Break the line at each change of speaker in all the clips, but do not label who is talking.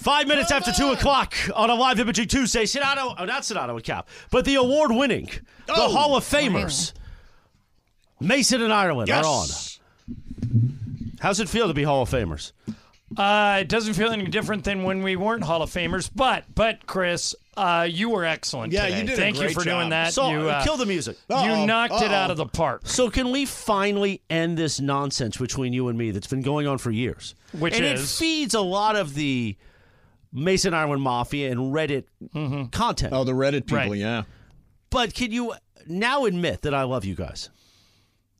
Five minutes after two o'clock on a live imagery Tuesday, Sonato, oh, not Sonato and Cap, but the award winning,
Oh.
the Hall of Famers, Mason and Ireland are on. How's it feel to be Hall of Famers?
Uh, it doesn't feel any different than when we weren't Hall of Famers, but but Chris, uh, you were excellent.
Yeah,
today.
you did a
Thank you
great
for
job.
doing that.
So,
you uh,
kill the music.
You
Uh-oh,
knocked it
uh-oh.
out of the park.
So, can we finally end this nonsense between you and me that's been going on for years?
Which
and it
is?
feeds a lot of the Mason Ireland Mafia and Reddit
Mm-hmm.
content.
Oh, the Reddit people,
Right.
yeah.
But can you now admit that I love you guys?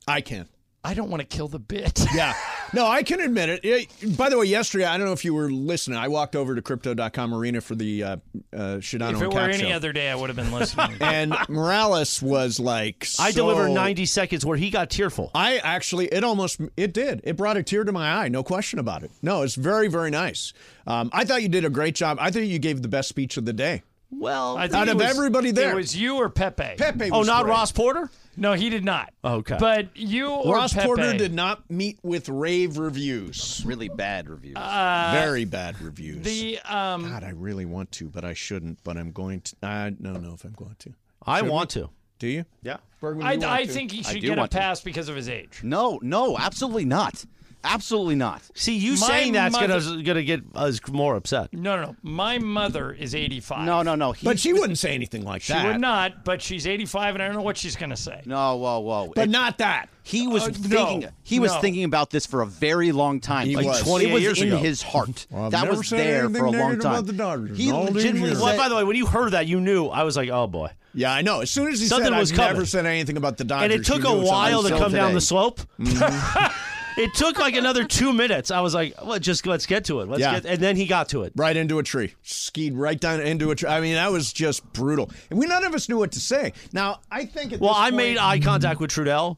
I can.
I don't want to kill the bit.
Yeah. No, I can admit it. It- By the way, yesterday, I don't know if you were listening. I walked over to Crypto.com Arena for the uh, uh, Shadano
if it
and
were
Cap
any
show.
other day, I would have been listening.
and Morales was like,
I
so-
delivered 90 seconds where he got tearful.
I actually, it almost, it did. It brought a tear to my eye, no question about it. No, it's very, very nice. Um, I thought you did a great job. I think you gave the best speech of the day.
Well,
I think
Out
it
of
was-
everybody there.
it was you or Pepe.
Pepe
oh,
was
not
great.
Ross Porter.
No, he did not.
Okay.
But you or
Ross
Pepe.
Porter did not meet with rave reviews.
Really bad reviews.
very bad reviews.
Uh, The um,
God, I really want to, but I shouldn't. But I'm going to. I don't know if I'm going to.
I want to.
Do you?
yeah.
Bergman,
I,
you want
I
to?
think he
I
should
do
get a
want to.
pass because of his age.
No, no, absolutely not. Absolutely not.
See, you
My
saying that's
mother-
gonna gonna get us more upset.
No, no, no. My mother is 85.
No, no, no. He,
But she wouldn't say anything like
She
that.
would not, but she's 85, and I don't know what she's going to say.
No, whoa, whoa.
But
It-
not that.
he was
uh,
thinking.
no,
he was
no.
thinking about this for a very long time.
He
like
was.
28 it was
years
in
ago.
his heart.
I've
that
never
was
said
there
anything
for a long
negative
time.
about the Dodgers
he
in all these
legitimately
years.
Well,
said,
by the way, when you heard that, you knew. I was like, oh boy.
Yeah, I know. As soon as he
Something
said,
was
I've
coming.
never said anything about the Dodgers.
And it took
you
a
knew it sounded
while to
until
come down
today.
the slope.
Mm-hmm.
it took like another two minutes. I was like, well, just let's get to it. Let's
Yeah.
get, and then he got to it.
right into a tree, skied right down into a tree. I mean, that was just brutal. And we none of us knew what to say. Now, I think at
Well,
this
I
point-
made uh, eye contact with Trudell,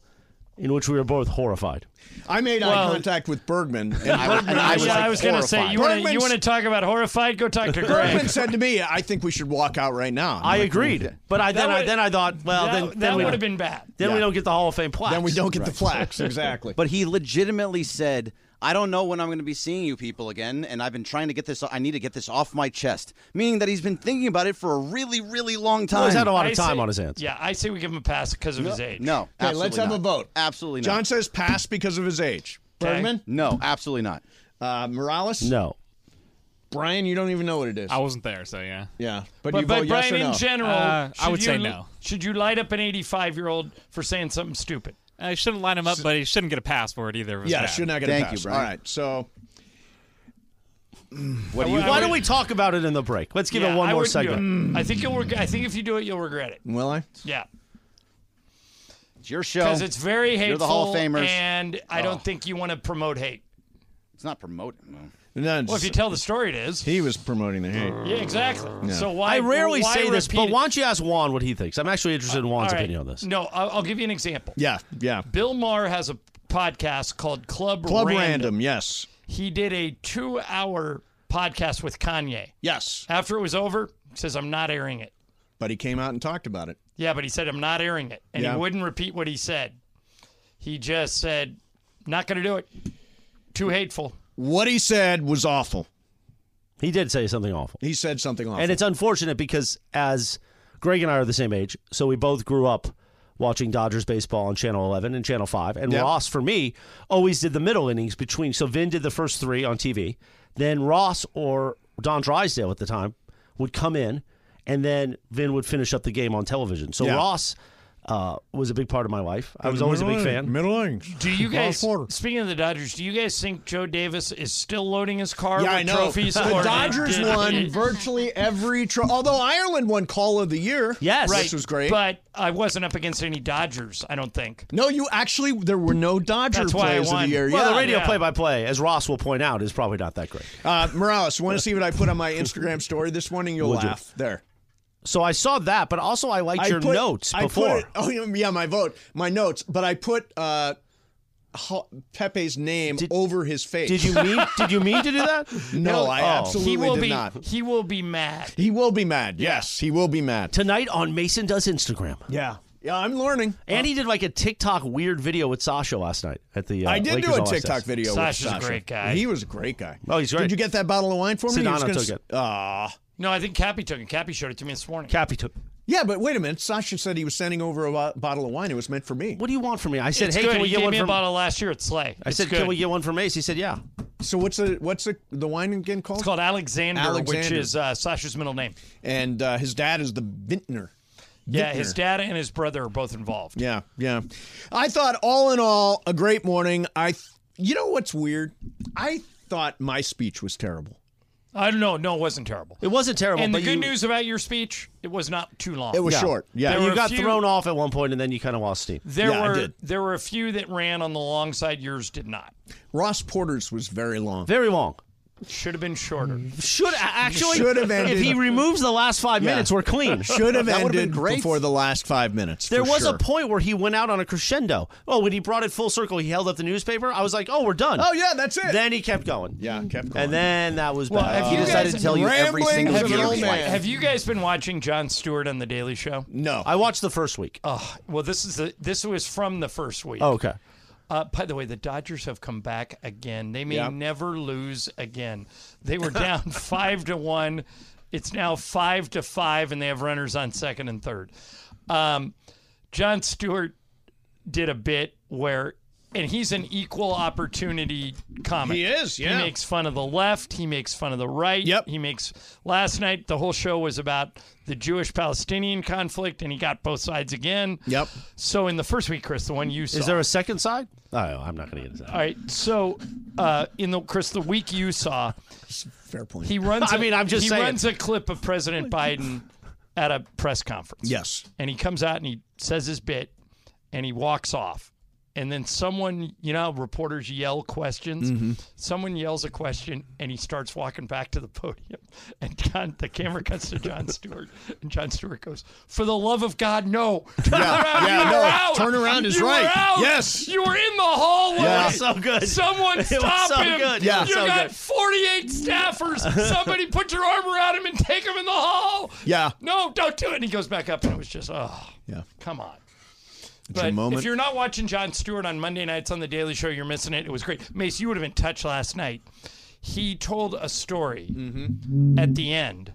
in which we were both horrified.
I made eye
Well-
contact with Bergman, and
I was-
Bergman,
and I was
yeah,
like
I was gonna say you want to
horrified.
you want to talk about horrified? Go talk to
Bergman
Greg.
said to me, "I think we should walk out right now." I'm
I
like,
agreed, but I then I
would-
then I thought, well,
that
then then we
would have been bad.
then we
Yeah.
don't get the Hall of Fame plaque.
Then we don't get the flax exactly.
but he legitimately said, "I don't know when I'm going to be seeing you people again, and I've been trying to get this. I need to get this off my chest." Meaning that he's been thinking about it for a really, really long time.
Well, he's had a lot
I
of time
say-
on his hands.
Yeah, I say we give him a pass because of his age.
No.
Okay,
absolutely
let's have
not.
a vote.
Absolutely not.
John says pass because of his age.
Okay.
Bergman,
No, absolutely not.
uh, Morales,
No.
Brian, you don't even know what it is.
I wasn't there, so yeah.
yeah, but, you
But,
vote
but Brian,
yes or no.
in general,
Uh, I
should
would
you,
say no.
Should you light up an 85 year old for saying something stupid?
I shouldn't line him up, but he shouldn't get a pass for it either. It was
yeah,
bad.
should not get a
Thank
pass.
you, Brian.
All right, so
What do you?
Why don't we talk about it in the break? Let's give
yeah,
it one
I
more
wouldn't do it. Mm,
segment.
I think you'll. Reg- I think if you do it, you'll regret it.
will I?
Yeah,
It's your show.
because it's very hateful.
You're the Hall of Famers. Oh.
and I don't think you want to promote hate.
It's not promoting. No.
No,
Well, if you tell the story, it is.
he was promoting the hate.
Yeah, exactly. So why?
I rarely
why
say this,
repeat
but
it?
why don't you ask Juan what he thinks? I'm actually interested in Juan's
All right.
opinion on this.
No, I'll, I'll give you an example.
Yeah, yeah.
Bill Maher has a podcast called Club,
Club random. yes,
He did a two hour podcast with Kanye.
yes.
After it was over, he says, I'm not airing it.
But he came out and talked about it.
Yeah, but he said, I'm not airing it. And
Yeah.
he wouldn't repeat what he said. He just said, Not going to do it. Too hateful.
What he said was awful.
He did say something awful.
He said something awful.
And it's unfortunate because as Greg and I are the same age, so we both grew up watching Dodgers baseball on Channel 11 and Channel 5. And
Yeah.
Ross, for me, always did the middle innings between. So Vin did the first three on TV. Then Ross or Don Drysdale at the time would come in, and then Vin would finish up the game on television. So
Yeah.
Ross uh, was a big part of my life. I was always a big fan.
Middle innings.
Do you guys?
Last quarter.
Speaking of the Dodgers, do you guys think Joe Davis is still loading his car
Yeah,
with
I know.
trophies?
the
or
Dodgers
did-
won virtually every tro Although Ireland won Call of the Year.
Yes.
right,
Which was great.
But I wasn't up against any Dodgers. I don't think.
no, you actually, there were no Dodger
That's why I
players of the
won.
year.
Well,
yeah.
the radio
yeah.
play-by-play, as Ross will point out, is probably not that great.
Uh, Morales, you want to see what I put on my Instagram story this morning? You'll
Would you?
laugh. There.
So I saw that, but also I liked your
put-
notes
I put
before.
it- oh yeah, yeah, my vote, my notes. But I put uh, Ho- Pepe's name over his face.
did you mean? did you mean to do that?
No, I
Oh.
absolutely
He will
did
be.
not.
He will be mad.
He will be mad. Yes, he will be mad.
Tonight on Mason does Instagram,
Yeah, yeah, I'm learning.
and he did like a TikTok weird video with Sasha last night at the. Uh,
I did
Lakers
do a
All-Access.
TikTok video.
Sasha's
with
a
Sasha.
great guy.
He was a great guy.
Oh, he's great.
Did you get that bottle of wine for me? He
Sedano
was gonna
took
s- uh,
it.
Aw.
No, I think Cappy took it. Cappy showed it to me this morning.
Cappy took.
yeah, but wait a minute. Sasha said he was sending over a bo- bottle of wine. It was meant for me.
What do you want from me? I said,
it's
Hey,
good.
can we
he
get
gave
one
me
from?
a bottle last year at Slay.
I said, Can we get one from Ace? He said, Yeah.
So what's the what's the, the wine again called?
It's called Alexander, which
Alexander.
is uh, Sasha's middle name.
and uh, his dad is the vintner.
Yeah, his
Vintner.
dad and his brother are both involved.
Yeah, yeah. I thought all in all a great morning. I th- you know what's weird? I thought my speech was terrible.
I don't know. No, it wasn't terrible.
It wasn't terrible.
and the
but
good
you,
news about your speech, it was not too long.
It was short. Yeah.
There
you
were a
got
few-
thrown off at one point, and then you kind of lost steam.
There
Yeah, I
were
did.
there were a few that ran on the long side. Yours did not.
Ross Porter's was very long.
Very long.
Should have been shorter.
Should actually
Should
If
have ended.
he removes the last five minutes, we're clean.
Should have
That would've been
ended
great.
before the last five minutes.
There
for
was
sure.
a point where he went out on a crescendo. Oh, when he brought it full circle, he held up the newspaper. I was like, "Oh, we're done."
Oh yeah, that's it.
Then he kept going.
yeah, kept going.
And then that was
Well,
bad.
have
He
you
decided to
guys-
tell you every
Ramblings
single
of an
year of
old
his
man.
life.
Have you guys been watching Jon Stewart on The Daily Show?
no.
I watched the first week. Oh,
Oh, well, this is the, this was from the first week.
okay.
Uh, by the way, the Dodgers have come back again. They may
Yeah.
never lose again. They were down five to one. It's now five to five, and they have runners on second and third. Um, John Stewart did a bit where, and he's an equal opportunity comic.
He is, yeah.
He makes fun of the left. He makes fun of the right.
Yep.
He makes. Last night, the whole show was about the Jewish-Palestinian conflict, and he got both sides again.
Yep.
So in the first week, Chris, the one you saw,
Is there a second side? Oh, I'm not going to get into that.
all right. So, uh, in the Chris, the week you saw,
Fair point.
he runs.
I
a-
mean, I'm just
he
saying.
runs a clip of President Biden at a press conference.
yes.
And he comes out and he says his bit, and he walks off. And then someone, you know, how reporters yell questions.
Mm-hmm.
Someone yells a question, and he starts walking back to the podium. And John, the camera cuts to John Stewart, and John Stewart goes, "For the love of God, no! Turn around,
Yeah,
you
no.
were out.
Turn around is
You were
right.
out.
Yes.
you were in the hallway.
Yeah.
So good.
Someone
It was
stop
so
him.
good.
Yeah.
You
So
got
good.
48 staffers. Somebody put your arm around him and take him in the hall.
Yeah.
No, don't do it. And he goes back up and it was just, oh,
Yeah.
come on.
your
But
moment.
if you're not watching John Stewart on Monday nights on The Daily Show, you're missing it. It was great. Mace, you would have been touched last night. He told a story
Mm-hmm.
at the end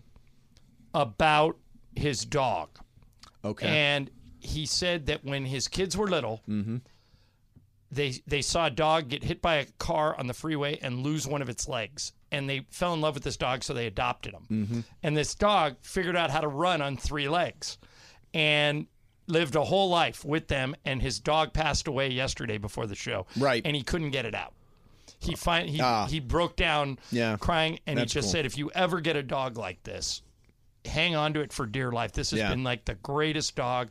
about his dog.
Okay.
And he said that when his kids were little,
Mm-hmm.
they they saw a dog get hit by a car on the freeway and lose one of its legs, and they fell in love with this dog, so they adopted him.
Mm-hmm.
And this dog figured out how to run on three legs, and lived a whole life with them. And his dog passed away yesterday before the show,
Right.
And he couldn't get it out. He find he
Ah.
he broke down,
Yeah.
crying, and
That's
he just
cool.
said, "If you ever get a dog like this, hang on to it for dear life. This has
Yeah.
been like the greatest dog.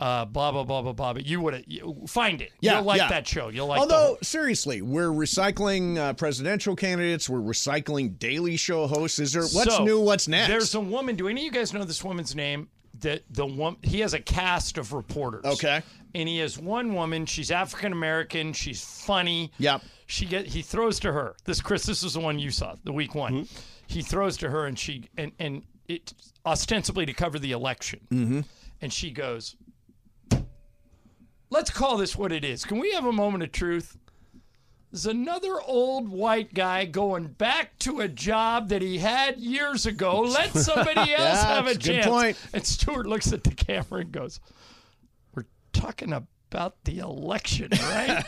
Uh, blah blah blah blah blah. But you would you- find it.
Yeah,
You'll like
yeah.
that show. You'll like. the
Although
whole-
seriously, we're recycling uh, presidential candidates. We're recycling Daily Show hosts. Is there what's
So,
new? What's next?
There's a woman. Do any of you guys know this woman's name? The the one he has a cast of reporters.
Okay.
And he has one woman. She's African American. She's funny.
Yep.
She get he throws to her. This Chris. This is the one you saw. The week one.
Mm-hmm.
He throws to her and she and and it ostensibly to cover the election. Mm-hmm. And she goes. Let's call this what it is. Can we have a moment of truth? is another old white guy going back to a job that he had years ago. Let somebody else have a
that's a good
chance.
point.
And Stewart looks at the camera and goes, We're talking about about the election, right?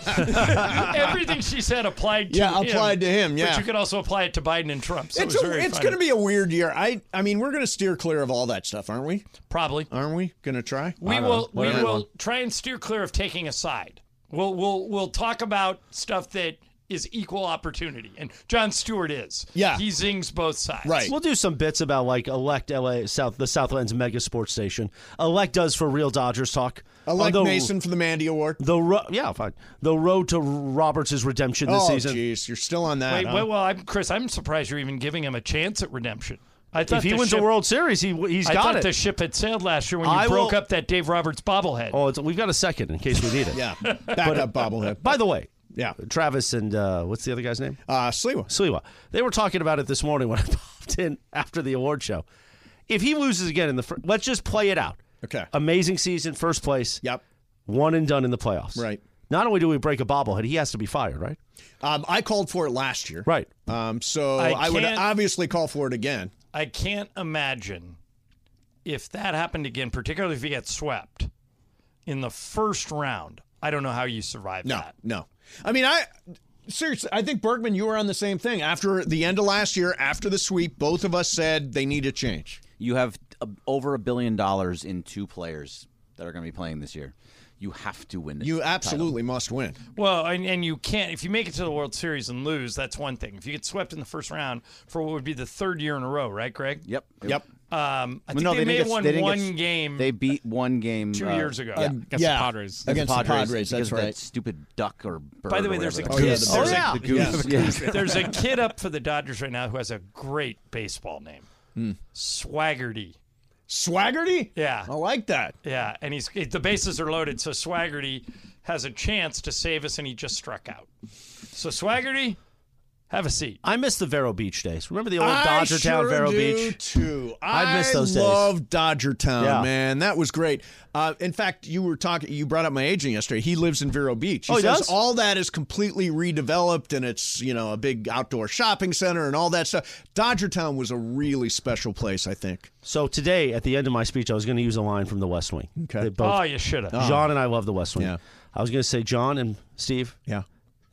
Everything she said applied to
Yeah,
him,
applied to him, yeah.
but you could also apply it to Biden and Trump. So
it's
it was
a-
very
it's
funny.
going to be a weird year. I I mean, we're going to steer clear of all that stuff, aren't we?
probably.
Aren't we going to try?
We will we
Whatever.
will try and steer clear of taking a side. We'll we'll we'll talk about stuff that is equal opportunity, and John Stewart is.
Yeah.
he zings both sides.
Right.
We'll do some bits about like elect LA South the Southlands mega sports station. Elect does for real Dodgers talk.
Elect
Although-
Mason for the Mandy Award.
The ro- yeah, fine. The road to Roberts' redemption this
Oh,
season.
jeez, you're still on that.
Wait,
huh?
well, well, I'm Chris. I'm surprised you're even giving him a chance at redemption. I thought
If he
the
wins
ship,
a World Series, he he's
I
got
thought
it.
the ship had sailed last year when you
I
broke
will-
up that Dave Roberts bobblehead.
oh, it's, we've got a second in case we need it.
yeah, back
uh,
up bobblehead.
By the way,
Yeah,
Travis and uh, what's the other guy's name?
uh, Sliwa.
Sliwa. They were talking about it this morning when I popped in after the award show. If he loses again in the first, let's just play it out.
Okay.
Amazing season, first place.
Yep.
One and done in the playoffs.
Right.
Not only do we break a bobblehead, he has to be fired, right?
Um, I called for it last year.
Right.
Um, so I,
I
would
can't-
obviously call for it again.
I can't imagine if that happened again, particularly if he gets swept in the first round. I don't know how you survive
No,
that.
no. I mean, I seriously, I think Bergman, you were on the same thing after the end of last year, after the sweep. Both of us said they need a change.
You have a, over a billion dollars in two players that are going to be playing this year. You have to win. the
You
title.
absolutely must win.
Well, and, and you can't if you make it to the World Series and lose, that's one thing. If you get swept in the first round for what would be the third year in a row, right, Greg?
Yep.
Yep.
Um, I
Well,
think
no,
they,
didn't
may have
get-
won
they didn't get-
one game
They beat one game
two
uh,
years ago.
Against
yeah.
the Padres.
against the Padres.
because
that's
of
right.
That stupid duck or bird.
By the
or
way, there's a
whatever
Oh,
the-
yeah,
kid.
the
there's,
bird.
a,
The
Yeah. Yeah.
there's a kid up for the Dodgers right now who has a great baseball name,
Hmm.
Swaggerty.
Swaggerty.
Yeah.
I like that.
Yeah, and he's the bases are loaded, so Swaggerty has a chance to save us, and he just struck out. So Swaggerty, have a seat.
I miss the Vero Beach days. Remember the old
I
Dodger Town
sure
Vero
do
Beach?
Too.
I miss those days.
love Dodger Town,
Yeah.
man. That was great. Uh, in fact, you were talking. You brought up my agent yesterday. He lives in Vero Beach. He
Oh, he
says
does?
all that is completely redeveloped, and it's you know a big outdoor shopping center and all that stuff. Dodger Town was a really special place. I think.
So today, at the end of my speech, I was going to use a line from The West Wing.
Okay.
They both-
Oh, you should have.
John and I love The West Wing.
Yeah.
I was going to say John and Steve,
Yeah.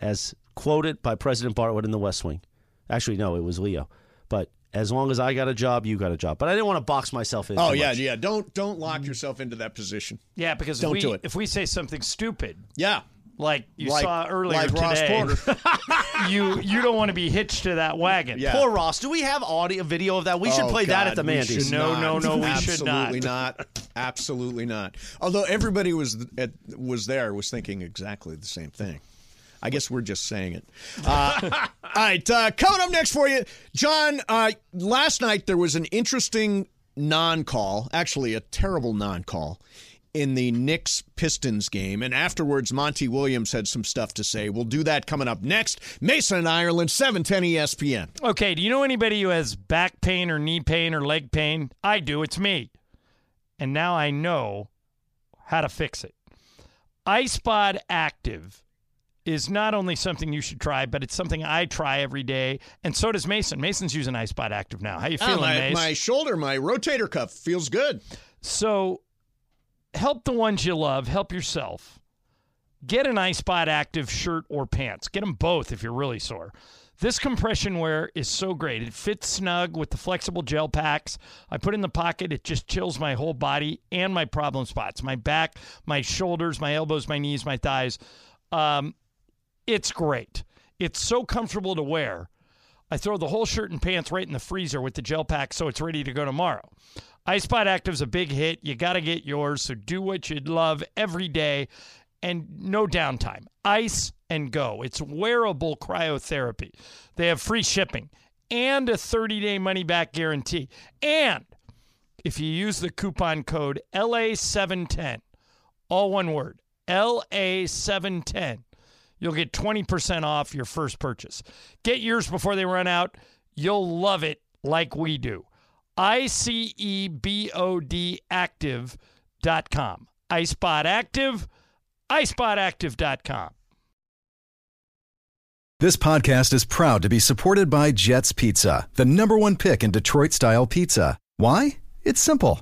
as quoted by President Bartlett in The West Wing. Actually, no, it was Leo. But as long as I got a job, you got a job. But I didn't want to box myself in.
Oh
too
yeah,
much.
yeah. Don't don't lock yourself into that position.
Yeah, because if
Don't
we,
do it.
if we say something stupid,
Yeah.
like you
Like-
saw earlier
like Ross
today,
Porter.
you you don't want to be hitched to that wagon.
Yeah.
Poor Ross. Do we have audio video of that? We should
Oh,
play that
God,
at the
we
Mandy's.
should
No,
not.
no, no, we should
Absolutely not. Absolutely not. Although everybody was at, was there was thinking exactly the same thing. I guess we're just saying it. Uh, all right, uh, coming up next for you, John. Uh, last night there was an interesting non-call, actually a terrible non-call. In the Knicks Pistons game. And afterwards, Monty Williams had some stuff to say. We'll do that coming up next. Mason and Ireland, E 710 ESPN.
Okay, do you know anybody who has back pain or knee pain or leg pain? I do, it's me. And now I know how to fix it. iSpod Active is not only something you should try, but it's something I try every day, and so does Mason. Mason's using iSpod Active now. How you
Ah,
feeling,
my,
Mason?
my shoulder, my rotator cuff feels good.
So help the ones you love, help yourself. Get an iSpot Active shirt or pants. Get them both if you're really sore. This compression wear is so great. It fits snug with the flexible gel packs. I put it in the pocket, it just chills my whole body and my problem spots my back, my shoulders, my elbows, my knees, my thighs. Um, it's great. It's so comfortable to wear. I throw the whole shirt and pants right in the freezer with the gel pack so it's ready to go tomorrow. iSpot Active's a big hit. You got to get yours, so do what you love every day and no downtime. Ice and go. It's wearable cryotherapy. They have free shipping and a 30 day money back guarantee. And if you use the coupon code LA710, all one word, LA710, you'll get 20% off your first purchase. Get yours before they run out. You'll love it like we do. E I-C-E-B-O-D active.com. iSpot Active, iSpotActive.com.
This podcast is proud to be supported by Jets Pizza, the number one pick in Detroit style pizza. Why? It's simple.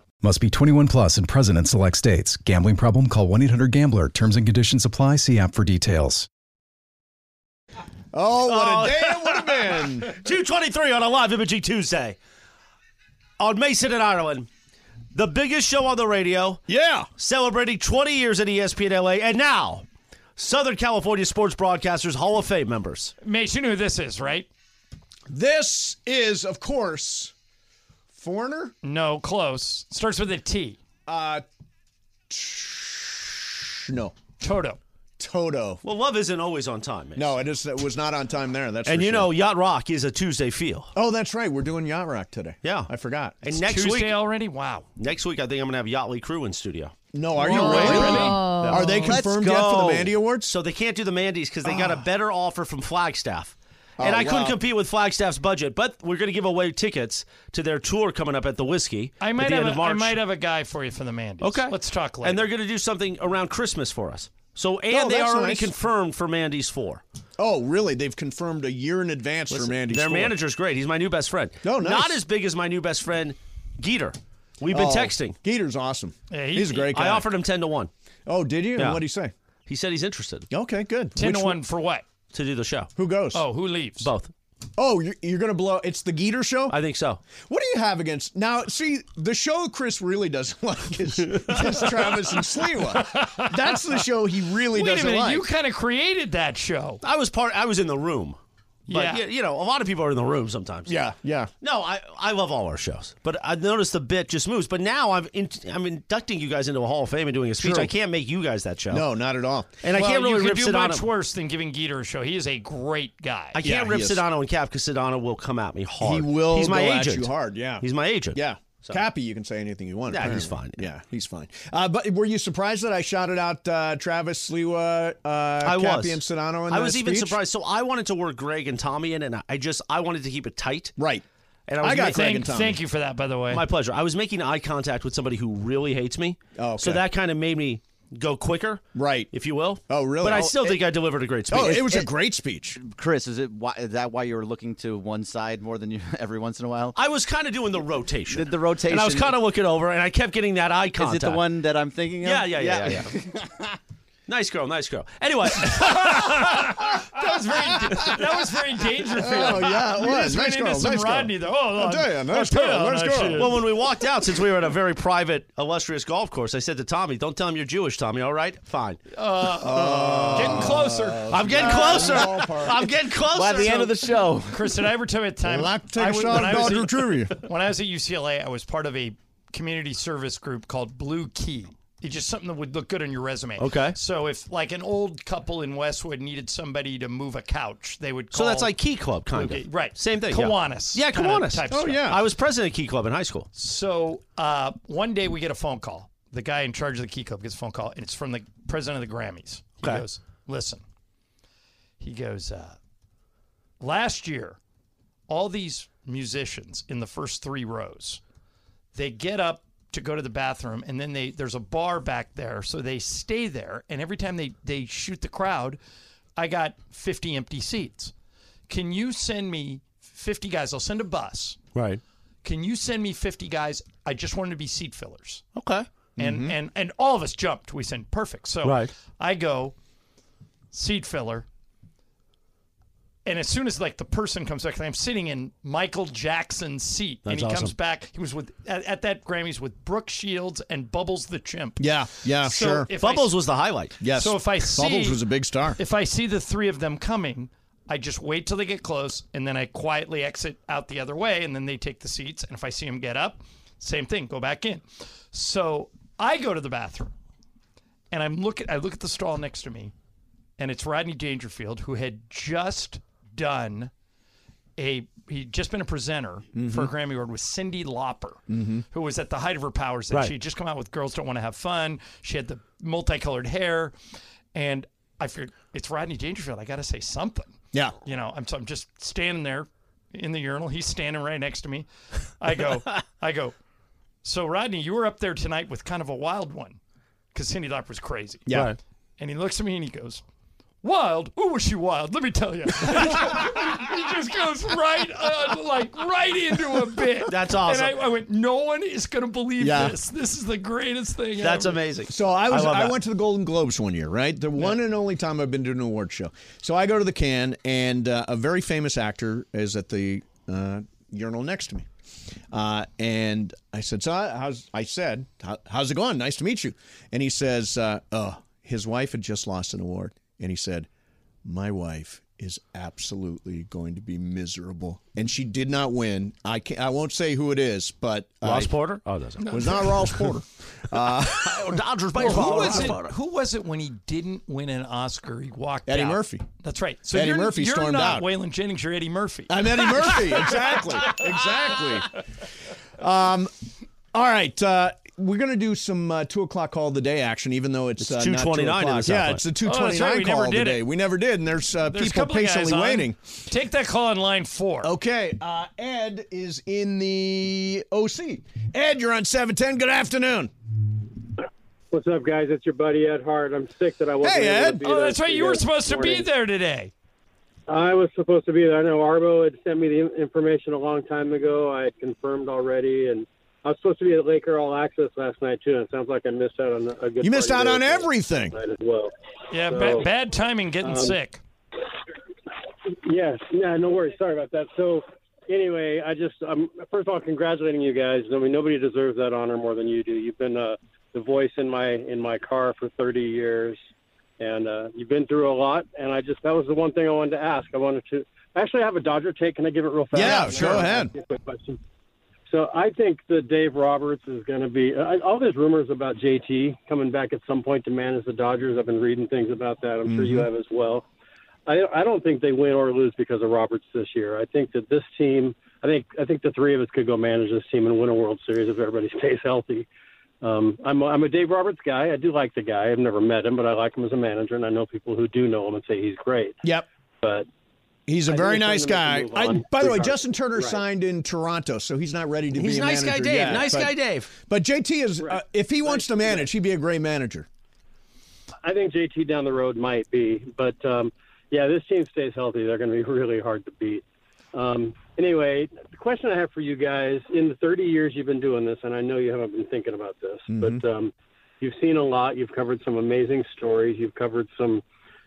Must be 21 plus and present in select states. Gambling problem? Call 1 800 Gambler. Terms and conditions apply. See app for details.
Oh, what a day it would have been.
223 on a live imaging Tuesday on Mason and Ireland. The biggest show on the radio,
Yeah.
celebrating 20 years E at ESPN LA, and now Southern California Sports Broadcasters Hall of Fame members.
Mace, you know who this is, right?
This is, of course, Foreigner.
No, close. Starts with a T.
Uh, tsh- no.
Toto.
Toto.
Well, love isn't always on time, man.
No, it, is, it was not on time there. That's
And
for
you
sure.
know, Yacht Rock is a Tuesday feel.
Oh, that's right. We're doing Yacht Rock today.
Yeah.
I forgot.
And next
Tuesday
week,
already? Wow.
next week, I think I'm gonna have Yachtly Crew in studio.
no, are you really? Are they
Let's
confirmed yet for
go.
the Mandy Awards? Ah.
So they can't do the Mandy's because they got a better offer from Flagstaff. And
Oh,
I couldn't
wow.
compete with Flagstaff's budget, but we're going to give away tickets to their tour coming up at the Whiskey
I
at
might
the end of
have a,
March.
I might have a guy for you for the Mandy's.
okay,
Let's talk later.
And they're going to do something around Christmas for us. So, and
Oh,
they
that's
are already
nice.
confirmed for Mandy's four.
oh, really? They've confirmed a year in advance for Mandy's.
Their
tour.
manager's great. He's my new best friend.
Oh, nice.
Not as big as my new best friend, Geeter. We've been
Oh,
texting.
Gator's awesome.
Yeah, he-
He's a great guy.
I offered him ten to one.
Oh, did you?
Yeah.
And what'd he say?
He said he's interested
Okay, good.
10
Which
to 1 for what?
to do the show.
Who goes?
Oh, who leaves?
Both,
Oh, you're, you're going to blow. It's the Geeter show?
I think so.
What do you have against now? See, the show Chris really doesn't like is, is Travis and Sliwa. That's the show he really
Wait a
doesn't
minute.
like.
You kind of created that show.
I was part. I was in the room. But
Yeah.
yeah. you know, a lot of people are in the room sometimes.
yeah, yeah.
No, I I love all our shows, but I noticed the bit just moves. But now I'm in, I'm inducting you guys into a Hall of Fame and doing a speech.
True.
I can't make you guys that show.
No, not at all.
and I
Well,
can't really
Oh, you
rip
could do
Sedano.
much worse than giving Geeter a show. He is a great guy.
I can't
Yeah,
rip
he is.
Sedano and Cap because Sedano will come at me hard.
He will
He's my
go at
agent.
you hard, yeah.
he's my agent.
Yeah.
So-
Cappy, you can say anything you want.
Yeah, he's
apparently.
fine, yeah.
Yeah, he's fine. Uh, but were you surprised that I shouted out uh, Travis Sliwa, uh,
I
Cappy,
was.
and Sedano? In
I
the
was even
speech?
surprised. So I wanted to work Greg and Tommy in, and I- I just I wanted to keep it tight.
Right.
And I was
I got
making-
Greg and
thank,
Tommy.
thank you for that, by the way.
My pleasure. I was making eye contact with somebody who really hates me.
Oh, okay.
So that kind of made me go quicker.
Right.
If you will.
Oh, really?
But I
Oh,
still think I delivered a great speech.
Oh, it, was a great speech.
Chris, is it why, is that why you were looking to one side more than you every once in a while?
I was kind of doing the rotation.
Did the rotation-
And I was kind of looking over, and I kept getting that
Is
eye
it
contact.
the one that I'm thinking of?
Yeah, yeah, yeah, yeah. yeah. nice girl, nice girl. Anyway,
that was very, that was very dangerous.
Oh, yeah. It was.
just
Nice
ran into
girl.
some
Nice
Rodney,
girl.
though. Oh,
I'll tell you, nice
I'll
girl,
tell you
nice
how
girl.
she is.
well, when we walked out, since we were at a very private, illustrious golf course, I said to Tommy, "Don't tell him you're Jewish, Tommy. All right, fine.
Oh,
getting closer.
I'm getting closer.
ballpark.
I'm getting closer.
By the end of the show,
Chris, did I ever tell you a time? I was- when, I was at, when I was at UCLA, I was part of a community service group called Blue Key. It's just something that would look good on your resume.
Okay.
So if like an old couple in Westwood needed somebody to move a couch, they would
So
call.
that's like Key Club, kind
Okay,
of.
right.
Same thing.
Kiwanis
Yeah, yeah
kinda
Kiwanis.
type Oh, stuff.
yeah.
I was president of Key Club in high school.
So uh, one day we get a phone call. The guy in charge of the Key Club gets a phone call, and it's from the president of the Grammys. He
Okay.
goes, "Listen," he goes, uh, "Last year, all these musicians in the first three rows, they get up to go to the bathroom, and then they there's a bar back there, so they stay there. And every time they they shoot the crowd, I got 50 empty seats. Can you send me 50 guys? I'll send a bus."
Right.
can you send me 50 guys i just wanted to be seat fillers
Okay.
and and and all of us jumped we said perfect so
Right.
i go seat filler And as soon as like the person comes back, 'cause I'm sitting in Michael Jackson's seat, and
That's
he comes
awesome.
back. He was with at, at that Grammys with Brooke Shields and Bubbles the Chimp.
Yeah, yeah,
So
sure.
if I-
Bubbles was the highlight.
yes.
So if I
Bubbles
see-
was a big star.
if I see the three of them coming, I just wait till they get close and then I quietly exit out the other way and then they take the seats. And if I see them get up, same thing, go back in. So I go to the bathroom and I'm look at I look at the stall next to me and it's Rodney Dangerfield who had just done a he'd just been a presenter for a Grammy Award with Cindy Lauper, who was at the height of her powers. That
Right.
she had just come out with "Girls Don't Want to Have Fun." She had the multicolored hair, and I figured it's Rodney Dangerfield. I got to say something.
Yeah.
You know, I'm so I'm just standing there in the urinal. He's standing right next to me. I go, I go. So Rodney, you were up there tonight with kind of a wild one, because Cindy Lauper was crazy.
Yeah.
And he looks at me and he goes, Wild? Ooh, was she wild? Let me tell you. he just goes right, uh, like right into a bit.
That's awesome.
And I, I went, no one is going to believe
Yeah.
this. This is the greatest thing.
That's
ever.
amazing.
So I was
love
I,
that.
went to the Golden Globes one year, right? The one and only time I've been to an award show. So I go to the can, and uh, a very famous actor is at the uh, urinal next to me, uh, and I said, "So how's?" I said, "How- "How's it going? Nice to meet you." And he says, uh, "Oh, his wife had just lost an award," and he said, "My wife." Is absolutely going to be miserable, and she did not win. I can not I won't say who it is, but
Ross
I-
Porter? Oh, that's
was not Ross Porter.
Dodgers
Uh, Who was, it, who was it when he didn't win an Oscar? He walked
Eddie
out.
Murphy.
That's right. So
Eddie
you're,
Murphy
you're
stormed
not
out. Uh,
Waylon Jennings, you're Eddie Murphy.
I'm Eddie Murphy. Exactly. exactly. Um, all right. Uh, we're going to do some uh, 2 o'clock call of the day action, even though it's,
It's
uh, not
2:29 in the
2 o'clock. Yeah,
Southland.
it's a
Oh, that's
229
right, we
call
never
of the
did
day.
it.
We never did, and there's, uh,
There's a
people
couple of guys
patiently
on.
waiting.
Take that call on line four.
Okay. Uh, Ed is in the OC. Ed, you're on 710. Good afternoon.
What's up, guys? It's your buddy Ed Hart. I'm sick that I wasn't
Hey,
able
Ed.
to be
Oh,
there
that's
for
right. You were
guys this
supposed to be
morning.
there today.
I was supposed to be there. I know Arbo had sent me the in- information a long time ago. I had confirmed already, and I was supposed to be at Laker All Access last night too. And it sounds like I missed out on a good.
You missed out
part of
on
it
everything.
tonight as well.
Yeah, ba-
So- um,
bad timing getting sick.
Yes. Yeah. No worries. Sorry about that. So, anyway, I just um, first of all congratulating you guys. I mean, nobody deserves that honor more than you do. You've been uh, the voice in my in my car for 30 years, and uh, you've been through a lot. And I just that was the one thing I wanted to ask. I wanted to actually I have a Dodger take. Can I give it real fast?
Yeah,
And
sure,
I'll
go
ask
ahead.
you a quick question. So I think that Dave Roberts is going to be uh, I, all these rumors about JT coming back at some point to manage the Dodgers. I've been reading things about that. I'm sure you
Mm-hmm.
have as well. I, I don't think they win or lose because of Roberts this year. I think that this team, I think, I think the three of us could go manage this team and win a World Series if everybody stays healthy. Um, I'm, a, I'm a Dave Roberts guy. I do like the guy. I've never met him, but I like him as a manager, and I know people who do know him and say he's great.
Yep.
But
He's a
I
very
think
nice
it's
guy.
time to move
I,
on.
by the way,
Right.
Justin Turner
Right.
signed in Toronto, so he's not ready to
He's
be a
nice guy
manager
Dave.
yet,
nice
but-
guy Dave.
But JT is, uh, if he wants to manage, he'd be a great manager.
I think JT down the road might be, but um, yeah, this team stays healthy. They're going to be really hard to beat. Um, anyway, the question I have for you guys in the 30 years you've been doing this, and I know you haven't been thinking about this, but um, you've seen a lot. You've covered some amazing stories. You've covered some,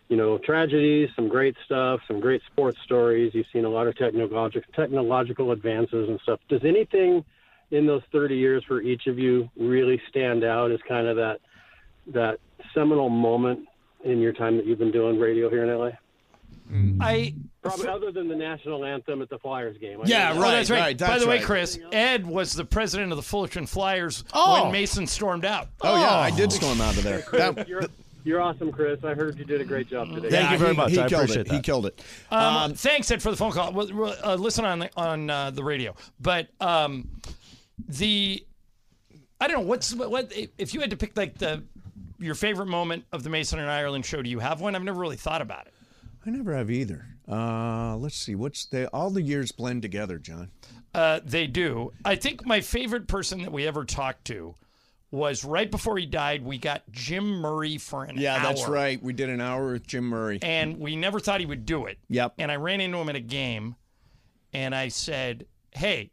you know, tragedies, some great stuff, some great sports stories. You've seen a lot of technologic, technological advances and stuff. Does anything in those 30 years for each of you really stand out as kind of that that seminal moment in your time that you've been doing radio here in LA?
I
Probably other than the national anthem at the Flyers game. I
Yeah,
know
Oh,
that.
that's right.
right,
By
that's
the way,
right.
Chris, Ed was the president of the Fullerton Flyers when Mason stormed out.
Oh, yeah, I did storm out of there. That-
You're, you're awesome, Chris. I heard you did a great job today.
Thank you very
he-
much.
He
I
killed
appreciate
it. He
that.
killed it.
Um, thanks, Ed, for the phone call. We'll, we'll, uh, listen on the, on uh, the radio. But um, the I don't know what's what if you had to pick like the your favorite moment of the Mason and Ireland show. Do you have one? I've never really thought about it.
I never have either. Uh, let's see. What's the all the years blend together, John?
Uh, they do. I think my favorite person that we ever talked to was right before he died. We got Jim Murray for an
Yeah,
hour.
that's right. We did an hour with Jim Murray.
and we never thought he would do it.
Yep.
And I ran into him at a game, and I said, "Hey,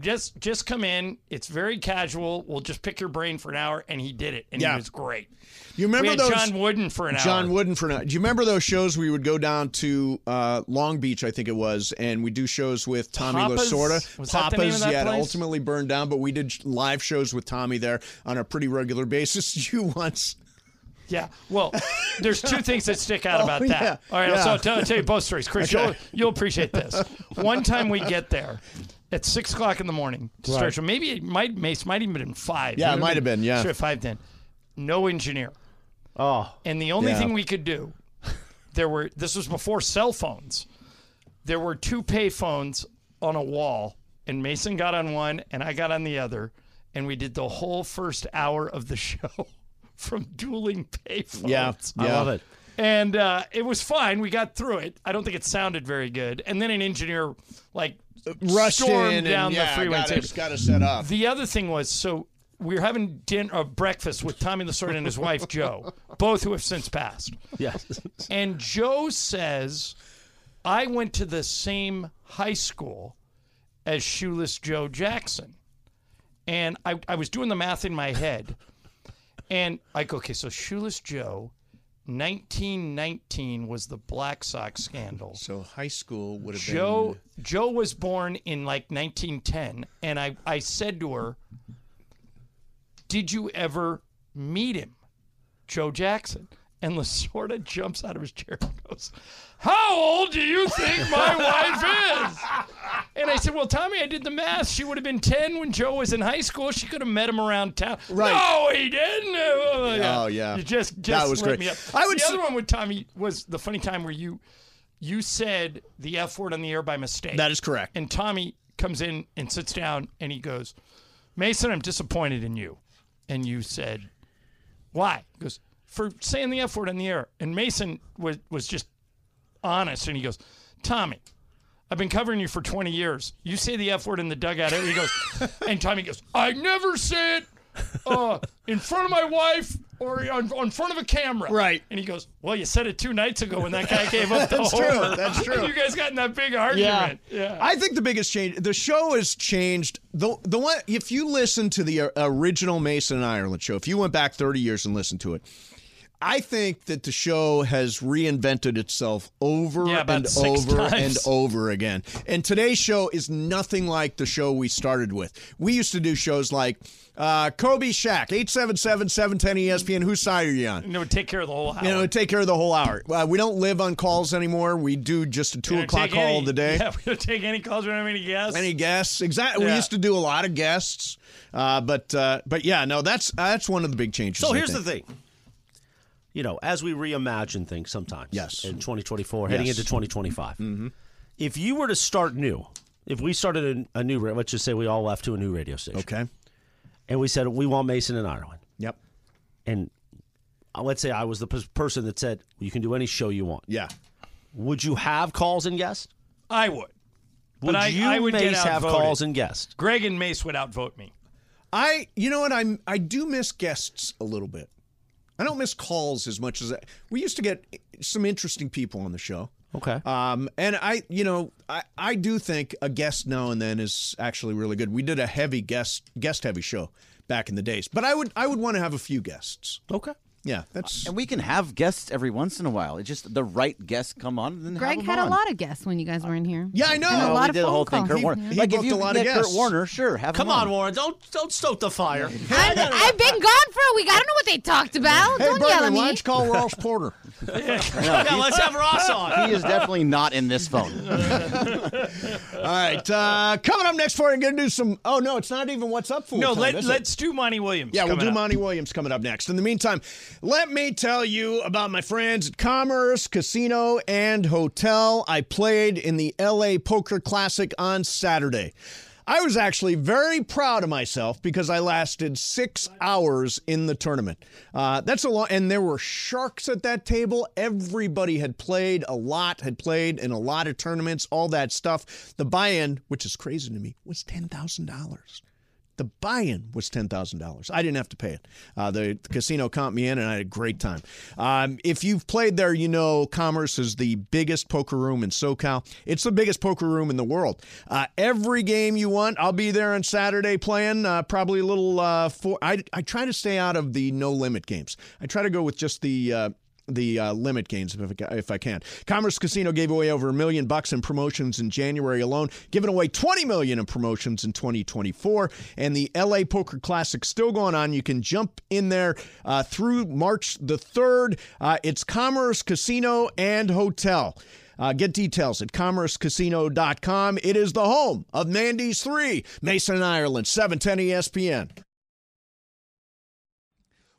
just just come in. It's very casual. We'll just pick your brain for an hour, and he did it, and
Yeah.
he was great.
You remember
we had
those
John Wooden for an
John
hour.
Wooden for now. Do you remember those shows we would go down to uh, Long Beach, I think it was, and we do shows with Tommy
Papa's?
Lasorda.
Was that the name of that
yeah, it
place?
ultimately burned down, but we did sh- live shows with Tommy there on a pretty regular basis. You once.
Yeah. Well, there's two things that stick out
Oh,
about that.
yeah.
All right.
Yeah.
So I'll tell, I'll tell you both stories. Chris,
Okay.
you'll, you'll appreciate this. One time we get there at six o'clock in the morning to start show. Maybe it might, Mace might even have been five.
Yeah, it might have been, yeah.
Sure, five then. No engineer.
Oh,
And the only
Yeah.
thing we could do, there were, this was before cell phones, there were two pay phones on a wall, and Mason got on one and I got on the other, and we did the whole first hour of the show from dueling pay phones.
Yeah,
I
yeah.
love it.
And uh, it was fine. We got through it. I don't think it sounded very good. And then an engineer, like,
Rushed
stormed
in and,
down
yeah,
the freeway.
Got
too.
it, got to set up.
The other thing was so we were having dinner uh, breakfast with Tommy Lasorda and his wife Joe, both who have since passed.
Yes.
And Joe says, I went to the same high school as Shoeless Joe Jackson. And I, I was doing the math in my head. And I go, okay, so Shoeless Joe, 1919 was the Black Sox scandal.
So high school would have
Joe Joe was born in like 1910, and I I said to her, "Did you ever meet him, Joe Jackson?" And Lasorda jumps out of his chair and goes, "How old do you think my wife is?" And I said, "Well, Tommy, I did the math. She would have been 10 when Joe was in high school. She could have met him around town."
Right.
No, he didn't. Oh
yeah.
You just
That
just
was
lit
great.
me up.
I would
the
s-
other one with Tommy was the funny time where you you said the F word on the air by mistake.
been. That is correct.
And Tommy comes in and sits down and he goes, Mason, I'm disappointed in you. And you said, Why? He goes, For saying the F word on the air. And Mason was, was just honest and he goes, Tommy, I've been covering you for 20 years. You say the F word in the dugout. And he goes, and Tommy goes, I never say it uh, in front of my wife or on, on front of a camera.
Right.
And he goes, Well, you said it two nights ago when that guy gave up the
That's
homer."
true. That's true.
you guys got in that big argument. yeah.
I think the biggest change the show has changed the the one if you listen to the uh, original Mason and Ireland show if you went back 30 years and listened to it I think that the show has reinvented itself over
Yeah, about
and
six
over
times.
and over again. And today's show is nothing like the show we started with. We used to do shows like uh, Kobe Shaq, 877 710 ESPN. Whose side are you on?
No, take care of the whole house.
You know, take care of the whole hour. Uh, we don't live on calls anymore. We do just a two o'clock call of the day.
Yeah, we don't take any calls. We don't have any guests.
Any guests? Exactly. We
Yeah.
used to do a lot of guests, uh, but uh, but yeah, no, that's uh, that's one of the big changes.
So
I
here's the
think.
thing. You know, as we reimagine things sometimes.
Yes.
In 2024, heading
Yes.
into 2025. If you were to start new, if we started a, a new, ra- let's just say we all left to a new radio station,
Okay.
and we said we want Mason and Ireland,
Yep.
and uh, let's say I was the pers- person that said you can do any show you want,
Yeah.
would you have calls and guests?
I would.
Would
I-
you
I would
Mace
get
have
outvoted.
calls and guests?
Greg and Mace would outvote me.
I you know what I'm I do miss guests a little bit. I don't miss calls as much as I, we used to get some interesting people on the show.
Okay.
Um, and I, you know, I, I do think a guest now and then is actually really good. We did a heavy guest guest heavy show back in the days, but I would I would want to have a few guests.
okay.
Yeah, that's
And we can have guests every once in a while. It's just the right guests come on. And then
Greg
have
had
'em
a
on.
lot of guests when you guys were in here.
yeah I know.
No,
a lot
we
of
did the
phone
whole thing.
calls.
Kurt
He-
Warner.
he
like if
booked
you
a lot of
get Kurt
guests.
Warner, sure, have
Come
him
on, Warren. Don't don't stoke the fire.
I've, I've been gone for a week. I don't know what they talked about.
Hey,
don't yell at
Berman,
me.
why don't you call Ross Porter?
yeah, let's have Ross on.
He is definitely not in this phone.
All right, uh, coming up next for you, going to do some. Oh no, it's not even what's up for.
No,
time,
let,
is it?
let's do Monty Williams.
Yeah, we'll
coming
do
up.
Monty Williams coming up next. In the meantime, let me tell you about my friends at Commerce Casino and Hotel. I played in the LA Poker Classic on Saturday. I was actually very proud of myself because I lasted six hours in the tournament. Uh, that's a lot, and there were sharks at that table. Everybody had played a lot, had played in a lot of tournaments, all that stuff. The buy-in, which is crazy to me, was ten thousand dollars The buy-in was ten thousand dollars. I didn't have to pay it. Uh, the, the casino comped me in, and I had a great time. Um, if you've played there, you know Commerce is the biggest poker room in SoCal. It's the biggest poker room in the world. Uh, every game you want, I'll be there on Saturday playing. Uh, probably a little. Uh, four, I I try to stay out of the no limit games. I try to go with just the. Uh, the uh, limit gains if, I- if I can. Commerce Casino gave away over a million bucks in promotions in January alone, giving away 20 million in promotions in 2024. And the LA Poker Classic still going on. You can jump in there uh, through March the 3rd. Uh, it's Commerce Casino and Hotel. Uh, get details at commercecasino.com. It is the home of Mandy's 3, Mason, Ireland, E 710 ESPN.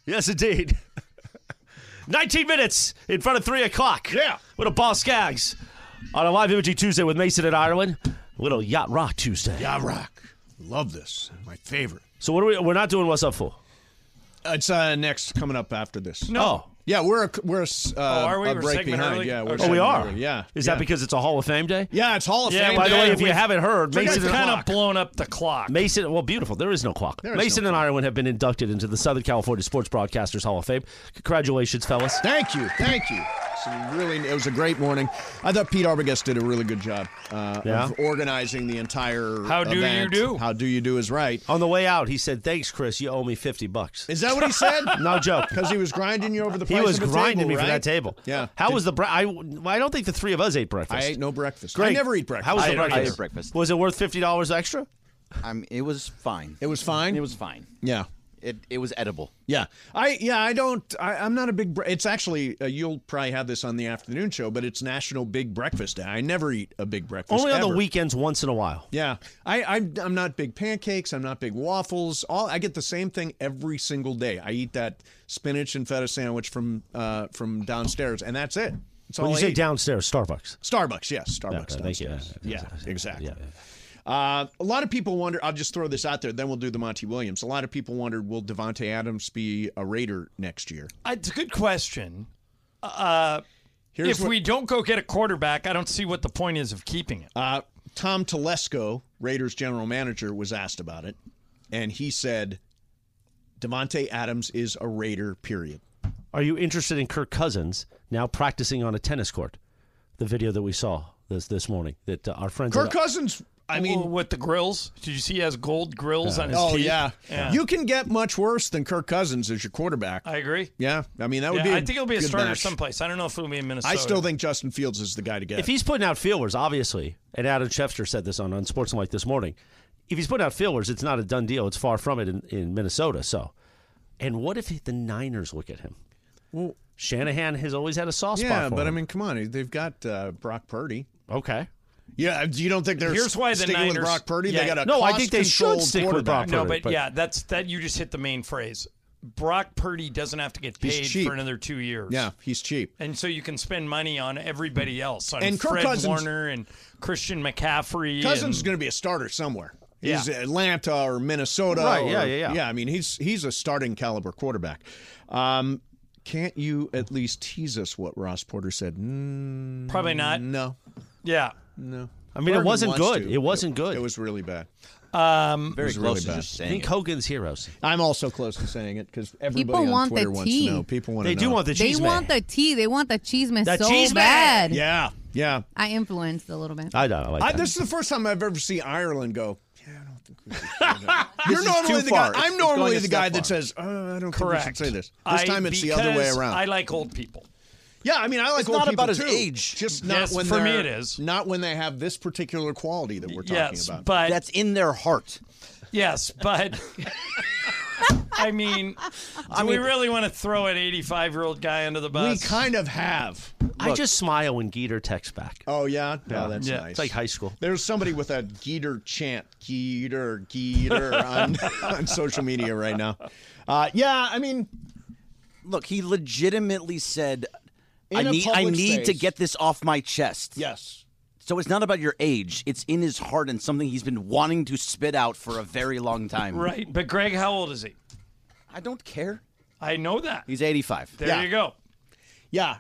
Yes, indeed. 19 minutes in front of 3 o'clock. Yeah. With a Boss Gags on a live imaging Tuesday with Mason in Ireland. A little Yacht Rock Tuesday.
Yacht Rock. Love this. My favorite.
So what are we, we're not doing What's Up For?
It's uh, next coming up after this.
No.
Oh.
Oh,
Yeah, we're a, we're a, s- uh,
are we?
a
We're a
break
segment
behind.
early?
Yeah,
Oh,
we're
we
segment
are?
early. Yeah.
Is that because it's a Hall of Fame day?
Yeah, it's Hall of
yeah,
Fame.
By the
day.
way, if you
We've-
haven't heard,
Forget
Mason
the
and-
clock.
blown up the clock.
Mason, well, beautiful. There is no clock.
There is
Mason
no
and Ireland have been inducted into the Southern California Sports Broadcasters Hall of Fame. Congratulations, fellas.
Thank you. Thank you. Some really, it was a great morning. I thought Pete Arbogast did a really good job uh,
Yeah?
of organizing the entire.
How do you
event.
do?
How do you do is right.
On the way out, he said, "Thanks, Chris. You owe me fifty bucks."
Is that what he said?
no joke.
Because he was grinding you over the.
He
price
was
of a
grinding
table,
me for
right?
that table.
Yeah.
How
Did-
was the bre- I? well, I don't think the three of us ate breakfast.
I ate no breakfast.
Great.
I never eat breakfast.
How was the breakfast?
breakfast.
Was it worth fifty dollars extra?
I'm. It was fine.
It was fine.
It was fine.
Yeah.
It it was edible.
Yeah, I yeah I don't I, I'm not a big. Bre- it's actually uh, you'll probably have this on the afternoon show, but it's National Big Breakfast Day. I never eat a big breakfast.
Only on the
ever.
weekends, once in a while.
Yeah, I, I'm I'm not big pancakes. I'm not big waffles. All I get the same thing every single day. I eat that spinach and feta sandwich from uh, from downstairs, and that's it. That's all
when you
I
say
eat.
downstairs, Starbucks.
Starbucks, yes, Starbucks.
okay, thank you.
downstairs. Yeah, exactly. Uh, a lot of people wonder. I'll just throw this out there. Then we'll do the Monty Williams. A lot of people wondered, will Devonte Adams be a Raider next year?
I- It's a good question. Uh,
Here's
if
what-
we don't go get a quarterback, I don't see what the point is of keeping it.
Uh, Tom Telesco, Raiders general manager, was asked about it, and he said, "Devonte Adams is a Raider." Period.
Are you interested in Kirk Cousins now practicing on a tennis court? The video that we saw this this morning that uh, our friends.
Kirk Cousins. I mean,
with the grills, did you see he has gold grills on his
oh
teeth?
yeah. you can get much worse than Kirk Cousins as your quarterback.
I agree.
yeah, I mean that would
Yeah,
be.
I
I
think it'll be a starter
match.
someplace. I don't know if it'll be in Minnesota.
I still think Justin Fields is the guy to get.
If he's putting out fielders, obviously, and Adam Schefter said this on, on Sportsmanlike this morning, if he's putting out fielders, it's not a done deal. It's far from it in, in Minnesota. So, and what if the Niners look at him?
Well-
Shanahan has always had a soft spot.
yeah,
for
but I
him.
mean, come on, they've got uh, Brock Purdy.
okay.
Yeah, you don't think they're
Here's why the
sticking with
Niners-
Brock Purdy?
Yeah.
They got a
No, I think they should
cost-controlled
stick with
quarterback.
Brock
no,
Purdy,
but,
but-
yeah, that's that. You just hit the main phrase. Brock Purdy doesn't have to get
He's
paid
cheap.
for another two years.
Yeah, he's cheap.
And so you can spend money on everybody else, on
And Kirk
Fred
Cousins-
Warner and Christian McCaffrey.
Cousins is
and,
going to be a starter somewhere. He's
Yeah.
Atlanta or Minnesota.
Right, yeah,
or-
yeah, yeah.
Yeah, I mean, he's he's a starting caliber quarterback. Um, can't you at least tease us what Ross Porter said? Mm,
Probably not.
No,
yeah.
no.
I mean, it
Bergen
wasn't
wants
good.
to.
It wasn't good.
It was really bad.
Um,
Very
was
close
really
to
bad.
just
I
saying.
think Hogan's heroes.
I'm also close to saying it because everybody
People
on
want the
Twitter wants
tea.
to know. People want
They
to
do
know.
want the
They
cheese
want
man.
the tea. They want the cheese man
The
so
cheese man!
bad.
Yeah, yeah.
I influenced a little bit.
I don't I like
I,
that.
this is the first time I've ever seen Ireland go. Yeah, You're
is
normally
too
the guy.
far.
I'm
It's
normally the
going as
guy
that
that
far.
says, oh, "I don't
Correct.
think we should say this." This
I-
time it's the other way
because
around.
I
like old people.
Yeah, I mean, I like
It's
old
not
people
about his
too.
age.
Just not
Yes,
when
for me
they're-
it is.
Not when they have this particular quality that we're talking
Yes,
about.
but-
that's in their heart.
Yes, but I mean, do we really want to throw an 85 year old guy under the bus?
We kind of have. I
Look.
just smile when Geeter texts back.
Oh yeah, no,
Yeah.
that's
Yeah.
nice.
It's like high school.
There's somebody with a Geeter chant, Geeter, Geeter on, on social media right now. Uh, yeah, I mean,
look, he legitimately said, "I
In a
need, I
public
need to
space.
get this off my chest."
Yes.
So it's not about your age; it's in his heart and something he's been wanting to spit out for a very long time.
Right. But Greg, how old is he?
I don't care.
I know that.
He's eighty-five.
There you go.
Yeah.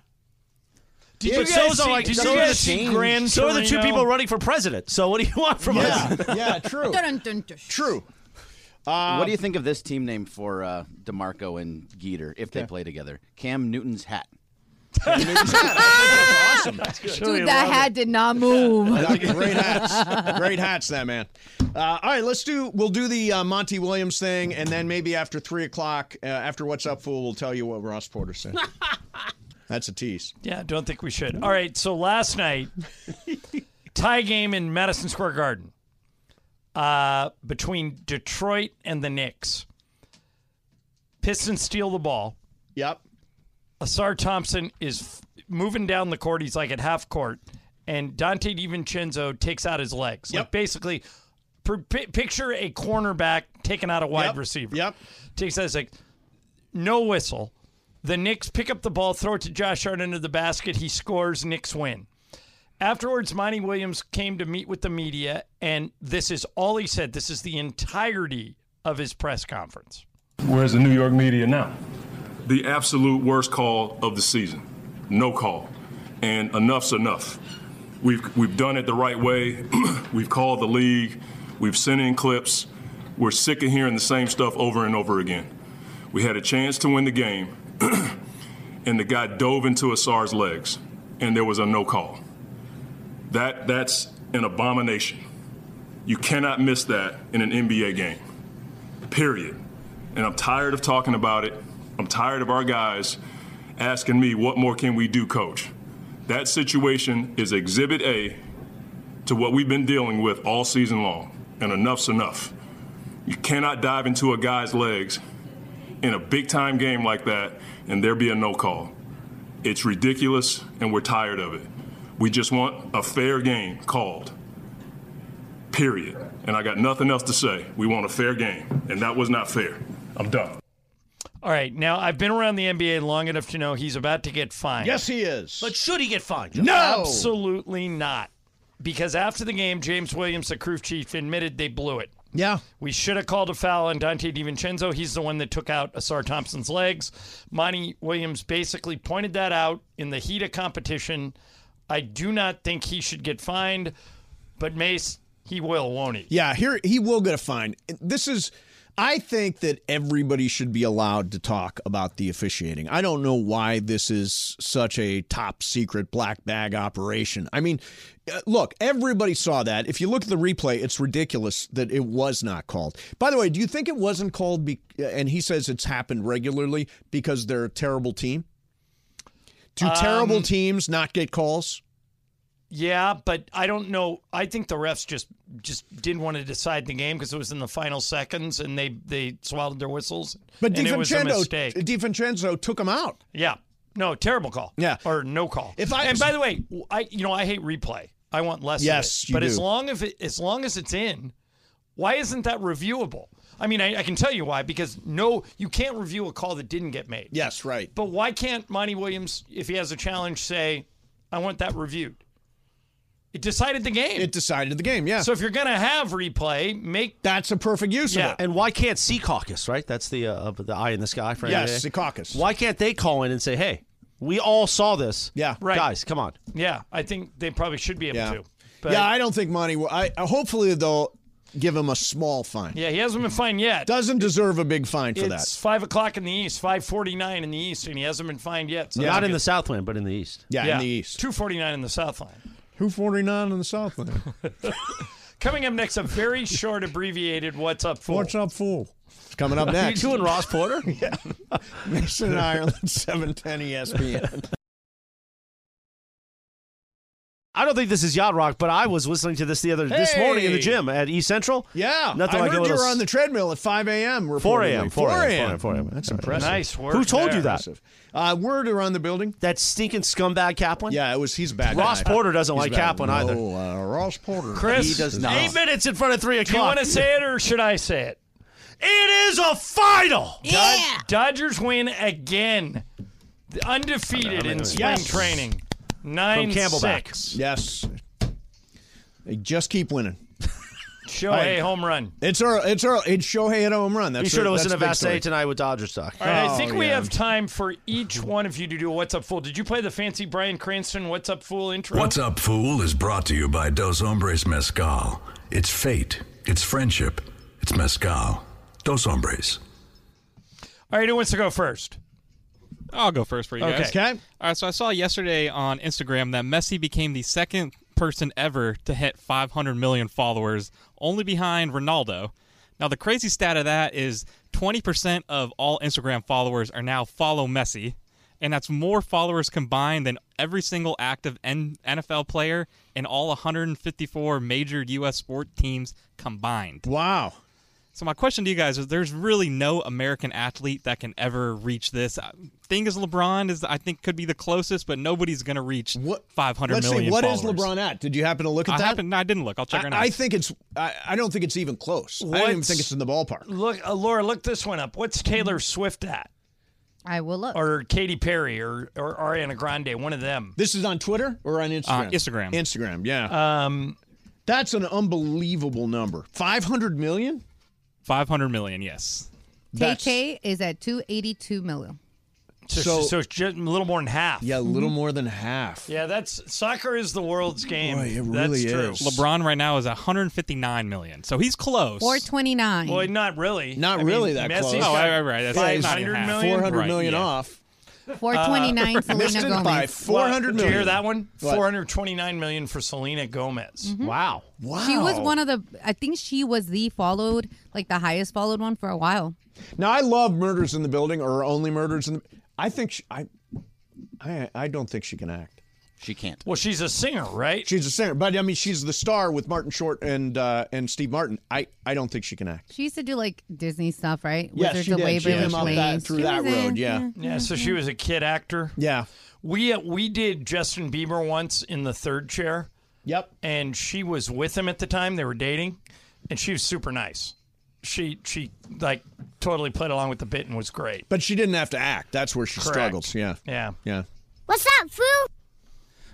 Did
Yeah,
you
but
guys
so's
see,
like-
did
so
you
are the
guys see
change.
Grand
So are the two
Torino?
people running for president. So what do you want from us?
Yeah, true. True.
what do you think of this team name for uh, Demarco and Geeter if they play together? Cam Newton's hat.
Dude, that hat did not move.
great hats, great hats, that man. Uh, all right, let's do. We'll do the uh, Monty Williams thing, and then maybe after three o'clock, uh, after what's up, fool, we'll tell you what Ross Porter said. That's a tease.
Yeah, don't think we should. All right, so last night, tie game in Madison Square Garden uh, between Detroit and the Knicks. Pistons steal the ball.
Yep.
Asar Thompson is f- moving down the court. He's like at half court, and Dante DiVincenzo takes out his legs. Like basically, pr- pi- picture a cornerback taking out a wide
Yep.
receiver.
Yep.
Takes out his legs. No whistle. The Knicks pick up the ball, throw it to Josh Hart into the basket. He scores. Knicks win. Afterwards, Monty Williams came to meet with the media, and this is all he said. This is the entirety of his press conference.
Where's the New York media now? The absolute worst call of the season. No call. And enough's enough. We've, we've done it the right way. we've called the league. We've sent in clips. We're sick of hearing the same stuff over and over again. We had a chance to win the game, and the guy dove into Asar's legs, and there was a no call. That, that's an abomination. You cannot miss that in an NBA game. Period. And I'm tired of talking about it. I'm tired of our guys asking me, what more can we do, coach? That situation is exhibit A to what we've been dealing with all season long. And enough's enough. You cannot dive into a guy's legs in a big time game like that and there be a no call. It's ridiculous, and we're tired of it. We just want a fair game called. Period. And I got nothing else to say. We want a fair game, and that was not fair. I'm done.
All right, now I've been around the NBA long enough to know he's about to get fined.
Yes, he is.
But should he get fined?
No, absolutely not. Because after the game, James Williams, the crew chief, admitted they blew it.
Yeah.
We should have called a foul on Dante DiVincenzo. He's the one that took out Asar Thompson's legs. Monty Williams basically pointed that out in the heat of competition. I do not think he should get fined, but Mace, he will, won't he?
Yeah, here he will get a fine. This is I think that everybody should be allowed to talk about the officiating. I don't know why this is such a top secret black bag operation. I mean, uh, look, everybody saw that. If you look at the replay, it's ridiculous that it was not called. By the way, do you think it wasn't called be- uh, and he says it's happened regularly because they're a terrible team? Do terrible
Um,
teams not get calls?
Yeah, but I don't know. I think the refs just just didn't want to decide the game because it was in the final seconds and they they swallowed their whistles.
But
and it was a
DiVincenzo,
mistake.
DiVincenzo took him out.
Yeah. No, terrible call. Yeah. Or no call. If I And by the way, I you know, I hate replay. I want less
Yes,
of it.
you
but as
do.
long as it as long as it's in, why isn't that reviewable? I mean, I, I can tell you why because no, you can't review a call that didn't get made.
Yes, right.
But why can't Monty Williams, if he has a challenge, say, "I want that reviewed"? It decided the game. It
decided the game. Yeah.
So if you're gonna have replay, make
that's a perfect use
yeah.
And why can't Sea Caucus, right? That's the uh, the eye in the sky for
Yes,
NBA.
Sea Caucus.
Why can't they call in and say, "Hey, we all saw this. Yeah,
Right.
guys, come on."
Yeah, I think they probably should be able to. But
yeah, I don't think Monty will. I I- hopefully they'll give him a small fine.
yeah, he hasn't been fined yet.
Doesn't deserve a big fine for
it's
that.
five o'clock in the east, five forty-nine in the east, and he hasn't been fined yet. So
Not in the Southland, but in the East.
two forty-nine in the Southland.
Who forty nine in the Southland?
Coming up next, a very short, abbreviated "What's Up" for
What's up, fool? It's coming up
Are you
next.
doing Ross
Porter?
yeah. Mason and Ireland, 710 ESPN.
I don't think this is Yacht Rock, but I was listening to this the other this morning in the
Hey!
gym at East Central.
Yeah.
nothing
I
like
heard
a little.
you were on the treadmill at 5 a.m.
4
reportedly.
a.m. 4 a.m. 4 a.m.
Mm, That's impressive.
Nice work Who told you there. that?
Uh, word around the building.
That stinking scumbag Kaplan?
Yeah, it was. he's a bad.
Ross
guy.
Porter doesn't
He's a
like
bad-
Kaplan either.
No, uh, Ross Porter.
Chris, Eight minutes in front of three o'clock.
Do you want to say it or should I say it?
It is a final.
Yeah. Dodgers win again, undefeated in spring
Yes.
training. Nine six.
Yes. They just keep winning.
Shohei
Right.
home run.
It's our, it's our, it's Shohei at a home run. That's
Be sure to
the-
listen to
that's the big
Vast
story.
A tonight with Dodgers talk.
All
Oh,
right, I think we
yeah.
have time for each one of you to do a what's up fool. Did you play the fancy Brian Cranston what's up fool intro?
What's Up Fool is brought to you by Dos Hombres Mezcal. It's fate, it's friendship, it's mezcal. Dos Hombres.
All right, who wants to go first?
I'll go first for you guys.
Okay. Okay.
All right. So I saw yesterday on Instagram that Messi became the second person ever to hit 500 million followers, only behind Ronaldo. Now the crazy stat of that is 20% of all Instagram followers are now follow Messi, and that's more followers combined than every single active N- NFL player and all 154 major U.S. sport teams combined.
Wow.
So my question to you guys is: There's really no American athlete that can ever reach this. Uh, Thing is, LeBron is I think could be the closest, but nobody's going to reach 500
Let's see,
million
what is
followers.
LeBron at? Did you happen to look at
I
that?
happened- no, I didn't look. I'll check
I,
right now.
I think it's. I, I don't think it's even close. I don't even
What's-
think it's in the ballpark.
Look, uh, Laura, look this one up. What's Taylor Swift at?
I will look.
Or Katy Perry or, or Ariana Grande, one of them.
This is on Twitter or on Instagram.
Uh, Instagram.
Instagram. Yeah.
Um,
that's an unbelievable number. Five hundred million.
Five hundred million. Yes.
KK is at 282 million.
So,
So-
so, it's just a little more than half.
Yeah, a little more than half.
Yeah, that's soccer is the world's game. that's true.
LeBron right now is 159 million, so he's close.
429.
Well, not really.
Not
I
really
mean,
that
Messi's
close. No,
got
I- I- right, that's not even
500
half.
million.
400 Right, million yeah.
off.
429
Uh,
Selena
missed it
Gomez.
by
400
Did you hear
million.
that one?
What?
429 million for Selena Gomez.
Mm-hmm.
Wow. Wow.
She was one of the. I think she was the followed, like the highest followed one for a while.
Now I love murders in the building or only murders in the. I think she, I, I I don't think she can act.
She can't.
Well, she's a singer, right?
She's a singer, but I mean she's the star with Martin Short and uh, and Steve Martin. I I don't think she can act.
She used to do like Disney stuff, right?
Yes, she did. She came up that-
Place.
through
She
that
was in-
road, yeah.
Yeah, so she was a kid actor.
Yeah.
We uh, we did Justin Bieber once in the third chair.
Yep.
And she was with him at the time they were dating, and she was super nice. She she like totally played along with the bit and was great.
But she didn't have to act. That's where she
Correct.
struggles. Yeah.
Yeah.
Yeah.
What's up, fool?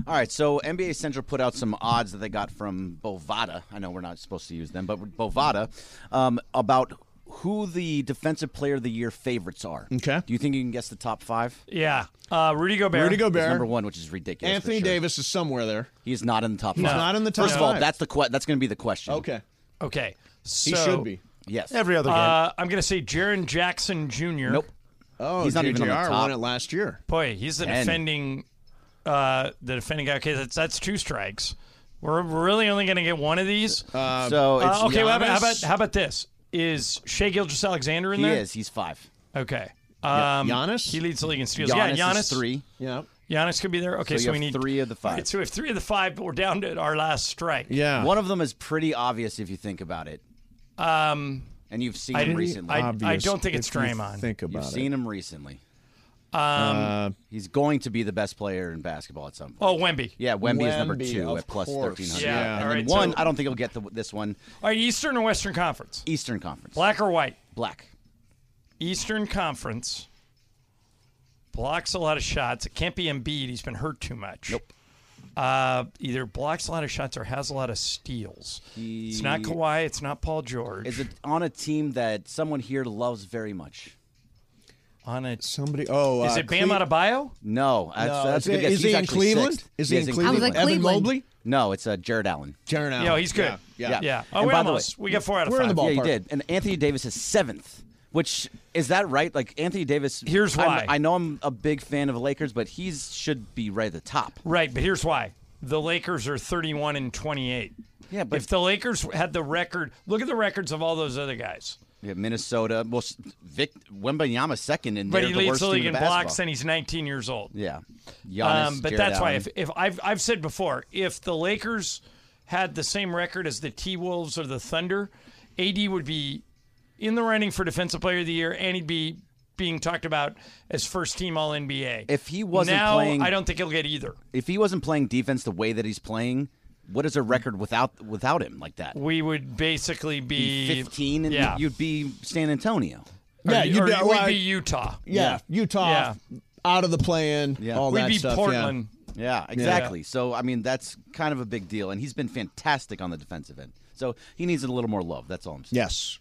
All right, so NBA Central put out some odds that they got from Bovada. I know we're not supposed to use them, but Bovada um, about who the Defensive Player of the Year favorites are. Okay. Do you think you can guess the top five?
Yeah. Uh, Rudy Gobert.
Is number one, which is ridiculous.
Anthony Davis is somewhere there.
He's not in the top.
He's
five.
not in the top
First of all,
five.
that's the que- that's going to be the question.
Okay.
Okay. So,
Yes.
Uh-huh.
Uh, I'm going to say Jaron Jackson Jr.
Nope.
Oh,
He's not even on the
JJR
top.
won it last year.
Boy, he's the
Ten.
defending, uh, the defending guy. Okay, that's that's two strikes. We're really only going to get one of these. Uh,
So it's
okay, well, how, about,
Giannis.
how about how about this? Is Shea Gilgis Alexander in
he
there?
is. He's five.
Okay.
Yeah.
Um,
Giannis?
He leads the league in steals.
Giannis is
yeah, Giannis
three.
Yeah.
Giannis could be there. Okay,
So
so,
you
we
have
need
three of the five.
All right, so we have three of the five, but we're down to our last strike.
One of them is pretty obvious if you think about it,
Um,
and you've seen
I
him
e,
didn't-
recently.
I- I Obvious don't think it's if you Draymond. think
You've
about it.
seen him recently.
um,
he's going to be the best player in basketball at some point.
oh, Wemby.
Yeah, Wemby, is number
Wemby,
two
of
at plus
course.
thirteen hundred.
Yeah, all
and then
right,
one.
so-
I don't think he'll get the, this one.
All right, Eastern or Western Conference?
Eastern Conference.
Black or white?
Black.
Eastern Conference. Blocks a lot of shots. It can't be Embiid. He's been hurt too much. Nope. Uh, either blocks a lot of shots or has a lot of steals. It's not
He-
Kawhi. It's not Paul George.
Is it on a team that someone here loves very much?
On a
somebody. Oh,
Is
uh,
it Bam Adebayo?
No, that's,
No,
that's a good
is it-
guess.
is
He's
he in
actually
Cleveland?
sixth.
Is
Yeah,
he in
he's
Cleveland? Evan
Mobley?
No, it's uh, Jared Allen.
Jared
Allen. Yeah, he's good. Yeah, yeah. Oh,
and
we
by the
almost-
way,
we got four out of We're in five. the
Yeah, you
ballpark.
did. And Anthony Davis is seventh. Which is that right? Like Anthony Davis.
Here's
I'm-
why.
I know I'm a big fan of Lakers, but he should be right at the top.
Right, but here's why. the Lakers are 31 and 28.
Yeah, but-
if the Lakers had the record, look at the records of all those other guys.
Yeah, Minnesota. Well, s- Vic Wembanyama second, and
But
they're
he
the
leads
worst
the league
team
in
in
blocks,
basketball.
and he's 19 years old.
Yeah, Giannis,
um, but
Jared
that's why
Allen.
if, if I've I've said before, if the Lakers had the same record as the T Wolves or the Thunder, AD would be in the running for Defensive Player of the Year, and he'd be being talked about as first team All NBA.
If he wasn't
now,
playing-
I don't think he'll get either.
if he wasn't playing defense the way that he's playing, what is a record without without him like that?
We would basically be,
Fifteen, and
yeah.
you'd be San Antonio.
Or-
Yeah, you'd
or
be-
we'd
well,
be Utah.
Yeah, Utah out of the play-in. all that stuff. yeah.
Yeah, exactly. So I mean, that's kind of a big deal, and he's been fantastic on the defensive end. So he needs a little more love. That's all I'm saying.
Yes.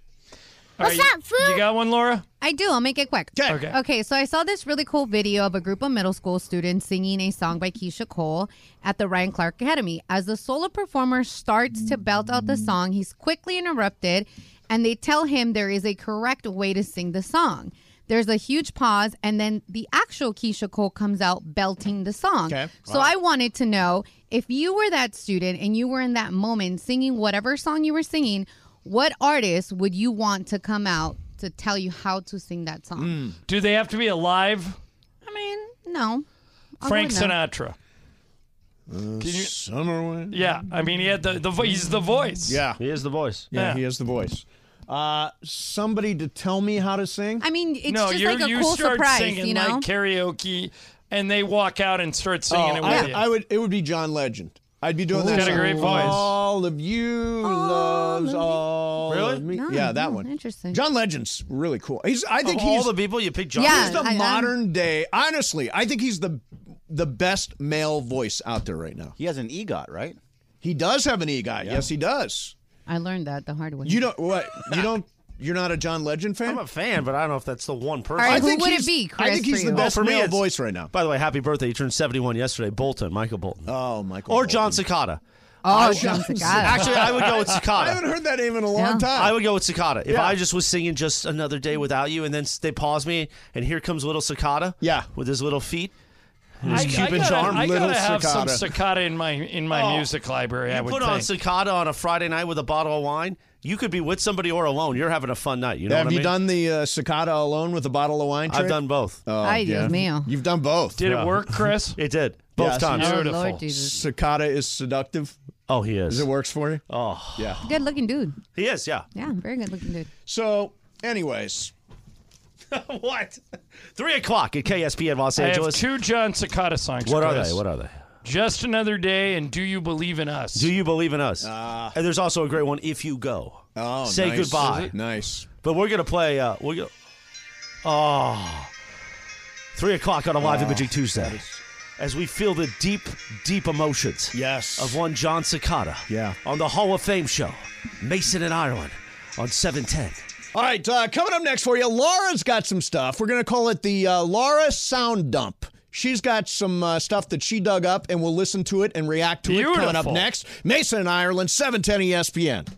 What's
All
up, fool?
You got one, Laura?
I do. I'll make it quick.
Okay.
Okay, so I saw this really cool video of a group of middle school students singing a song by Keisha Cole at the Ryan Clark Academy. As the solo performer starts to belt out the song, he's quickly interrupted and they tell him there is a correct way to sing the song. There's a huge pause, and then the actual Keisha Cole comes out belting the song.
Okay.
So
Wow.
I wanted to know if you were that student and you were in that moment singing whatever song you were singing, what artist would you want to come out to tell you how to sing that song?
Do they have to be alive?
No. I
Frank
wouldn't.
Sinatra.
Uh, summer wind.
Yeah, I mean, he had the, the vo- he's the voice.
Yeah,
he is the voice.
Yeah,
Yeah.
he is the voice. Uh, somebody to tell me how to sing.
I mean, it's
no,
just
you're-
like a
you
cool
start
surprise,
singing
you know?
like karaoke, and they walk out and start
Oh,
singing it with
I,
you.
I would. It would be John Legend. I'd be doing
Ooh.
that.
Got a
song.
great voice.
All of you loves all
Really?
of me.
No,
yeah, that
no,
one. Interesting. John Legend's really cool. He's. I
Of
think
all
he's
the people you picked John
He's the modern day. Honestly, I think he's the the best male voice out there right now.
He has an EGOT, right?
He does have an EGOT. Yes, he does.
I learned that the hard way.
You don't. What? You don't. You're not a John Legend fan. I'm
a fan, but I don't know if that's the one person.
All right, who would it
he's-
be,
I
Chris,
think he's
for
the
you?
best
for me,
male
it's-
voice right now.
By the way, happy birthday. You turned 71 yesterday. Bolton, Michael Bolton.
Oh, Michael.
Or John Cicada.
Oh,
I would-
John Cicada.
Actually, I would go with Cicada.
I haven't heard that name in a long time.
I would go with Cicada. If
Yeah.
I just was singing just another day without you, and then s- they pause me, and here comes little Cicada. Yeah, with his little feet, and his Cuban
gotta,
charm.
I gotta have some cicada in my in my
Oh.
music library. I
You
would
put
think.
on Cicada on a Friday night with a bottle of wine. You could be with somebody or alone. You're having a fun night. You know
Have
what I
you
mean?
done the uh, cicada alone with a bottle of wine?
I've
trick?
done both.
Oh,
Ay,
yeah.
Dios mío.
You've done both.
Did it Yeah. work, Chris? it did both
Yes,
times.
yes.
Beautiful. Oh, Lord Jesus.
Cicada is seductive.
Oh, he is.
It works for you.
Oh,
yeah.
Good looking dude.
He is. Yeah.
Yeah, very good looking dude.
So, anyways,
what? Three o'clock at KSPN Los
I have
Angeles.
two John Cicada songs.
What are
Chris.
they? What are they?
Just another day, and do you believe in us?
Do you believe in us?
Uh,
and there's also a great one. If you go,
oh,
say
nice.
goodbye.
Nice.
But we're gonna play. Uh, we're gonna. Oh, three o'clock on a live
Oh,
imaging Tuesday, as we feel the deep, deep emotions. Yes. Of one John Cicada. Yeah. On the Hall of Fame show, Mason in Ireland, on seven ten.
All right, uh, coming up next for you, Laura's got some stuff. We're going to call it the uh, Laura Sound Dump. She's got some uh, stuff that she dug up, and we'll listen to it and react to it coming up
Beautiful.
E next. Mason in Ireland, 710 ESPN.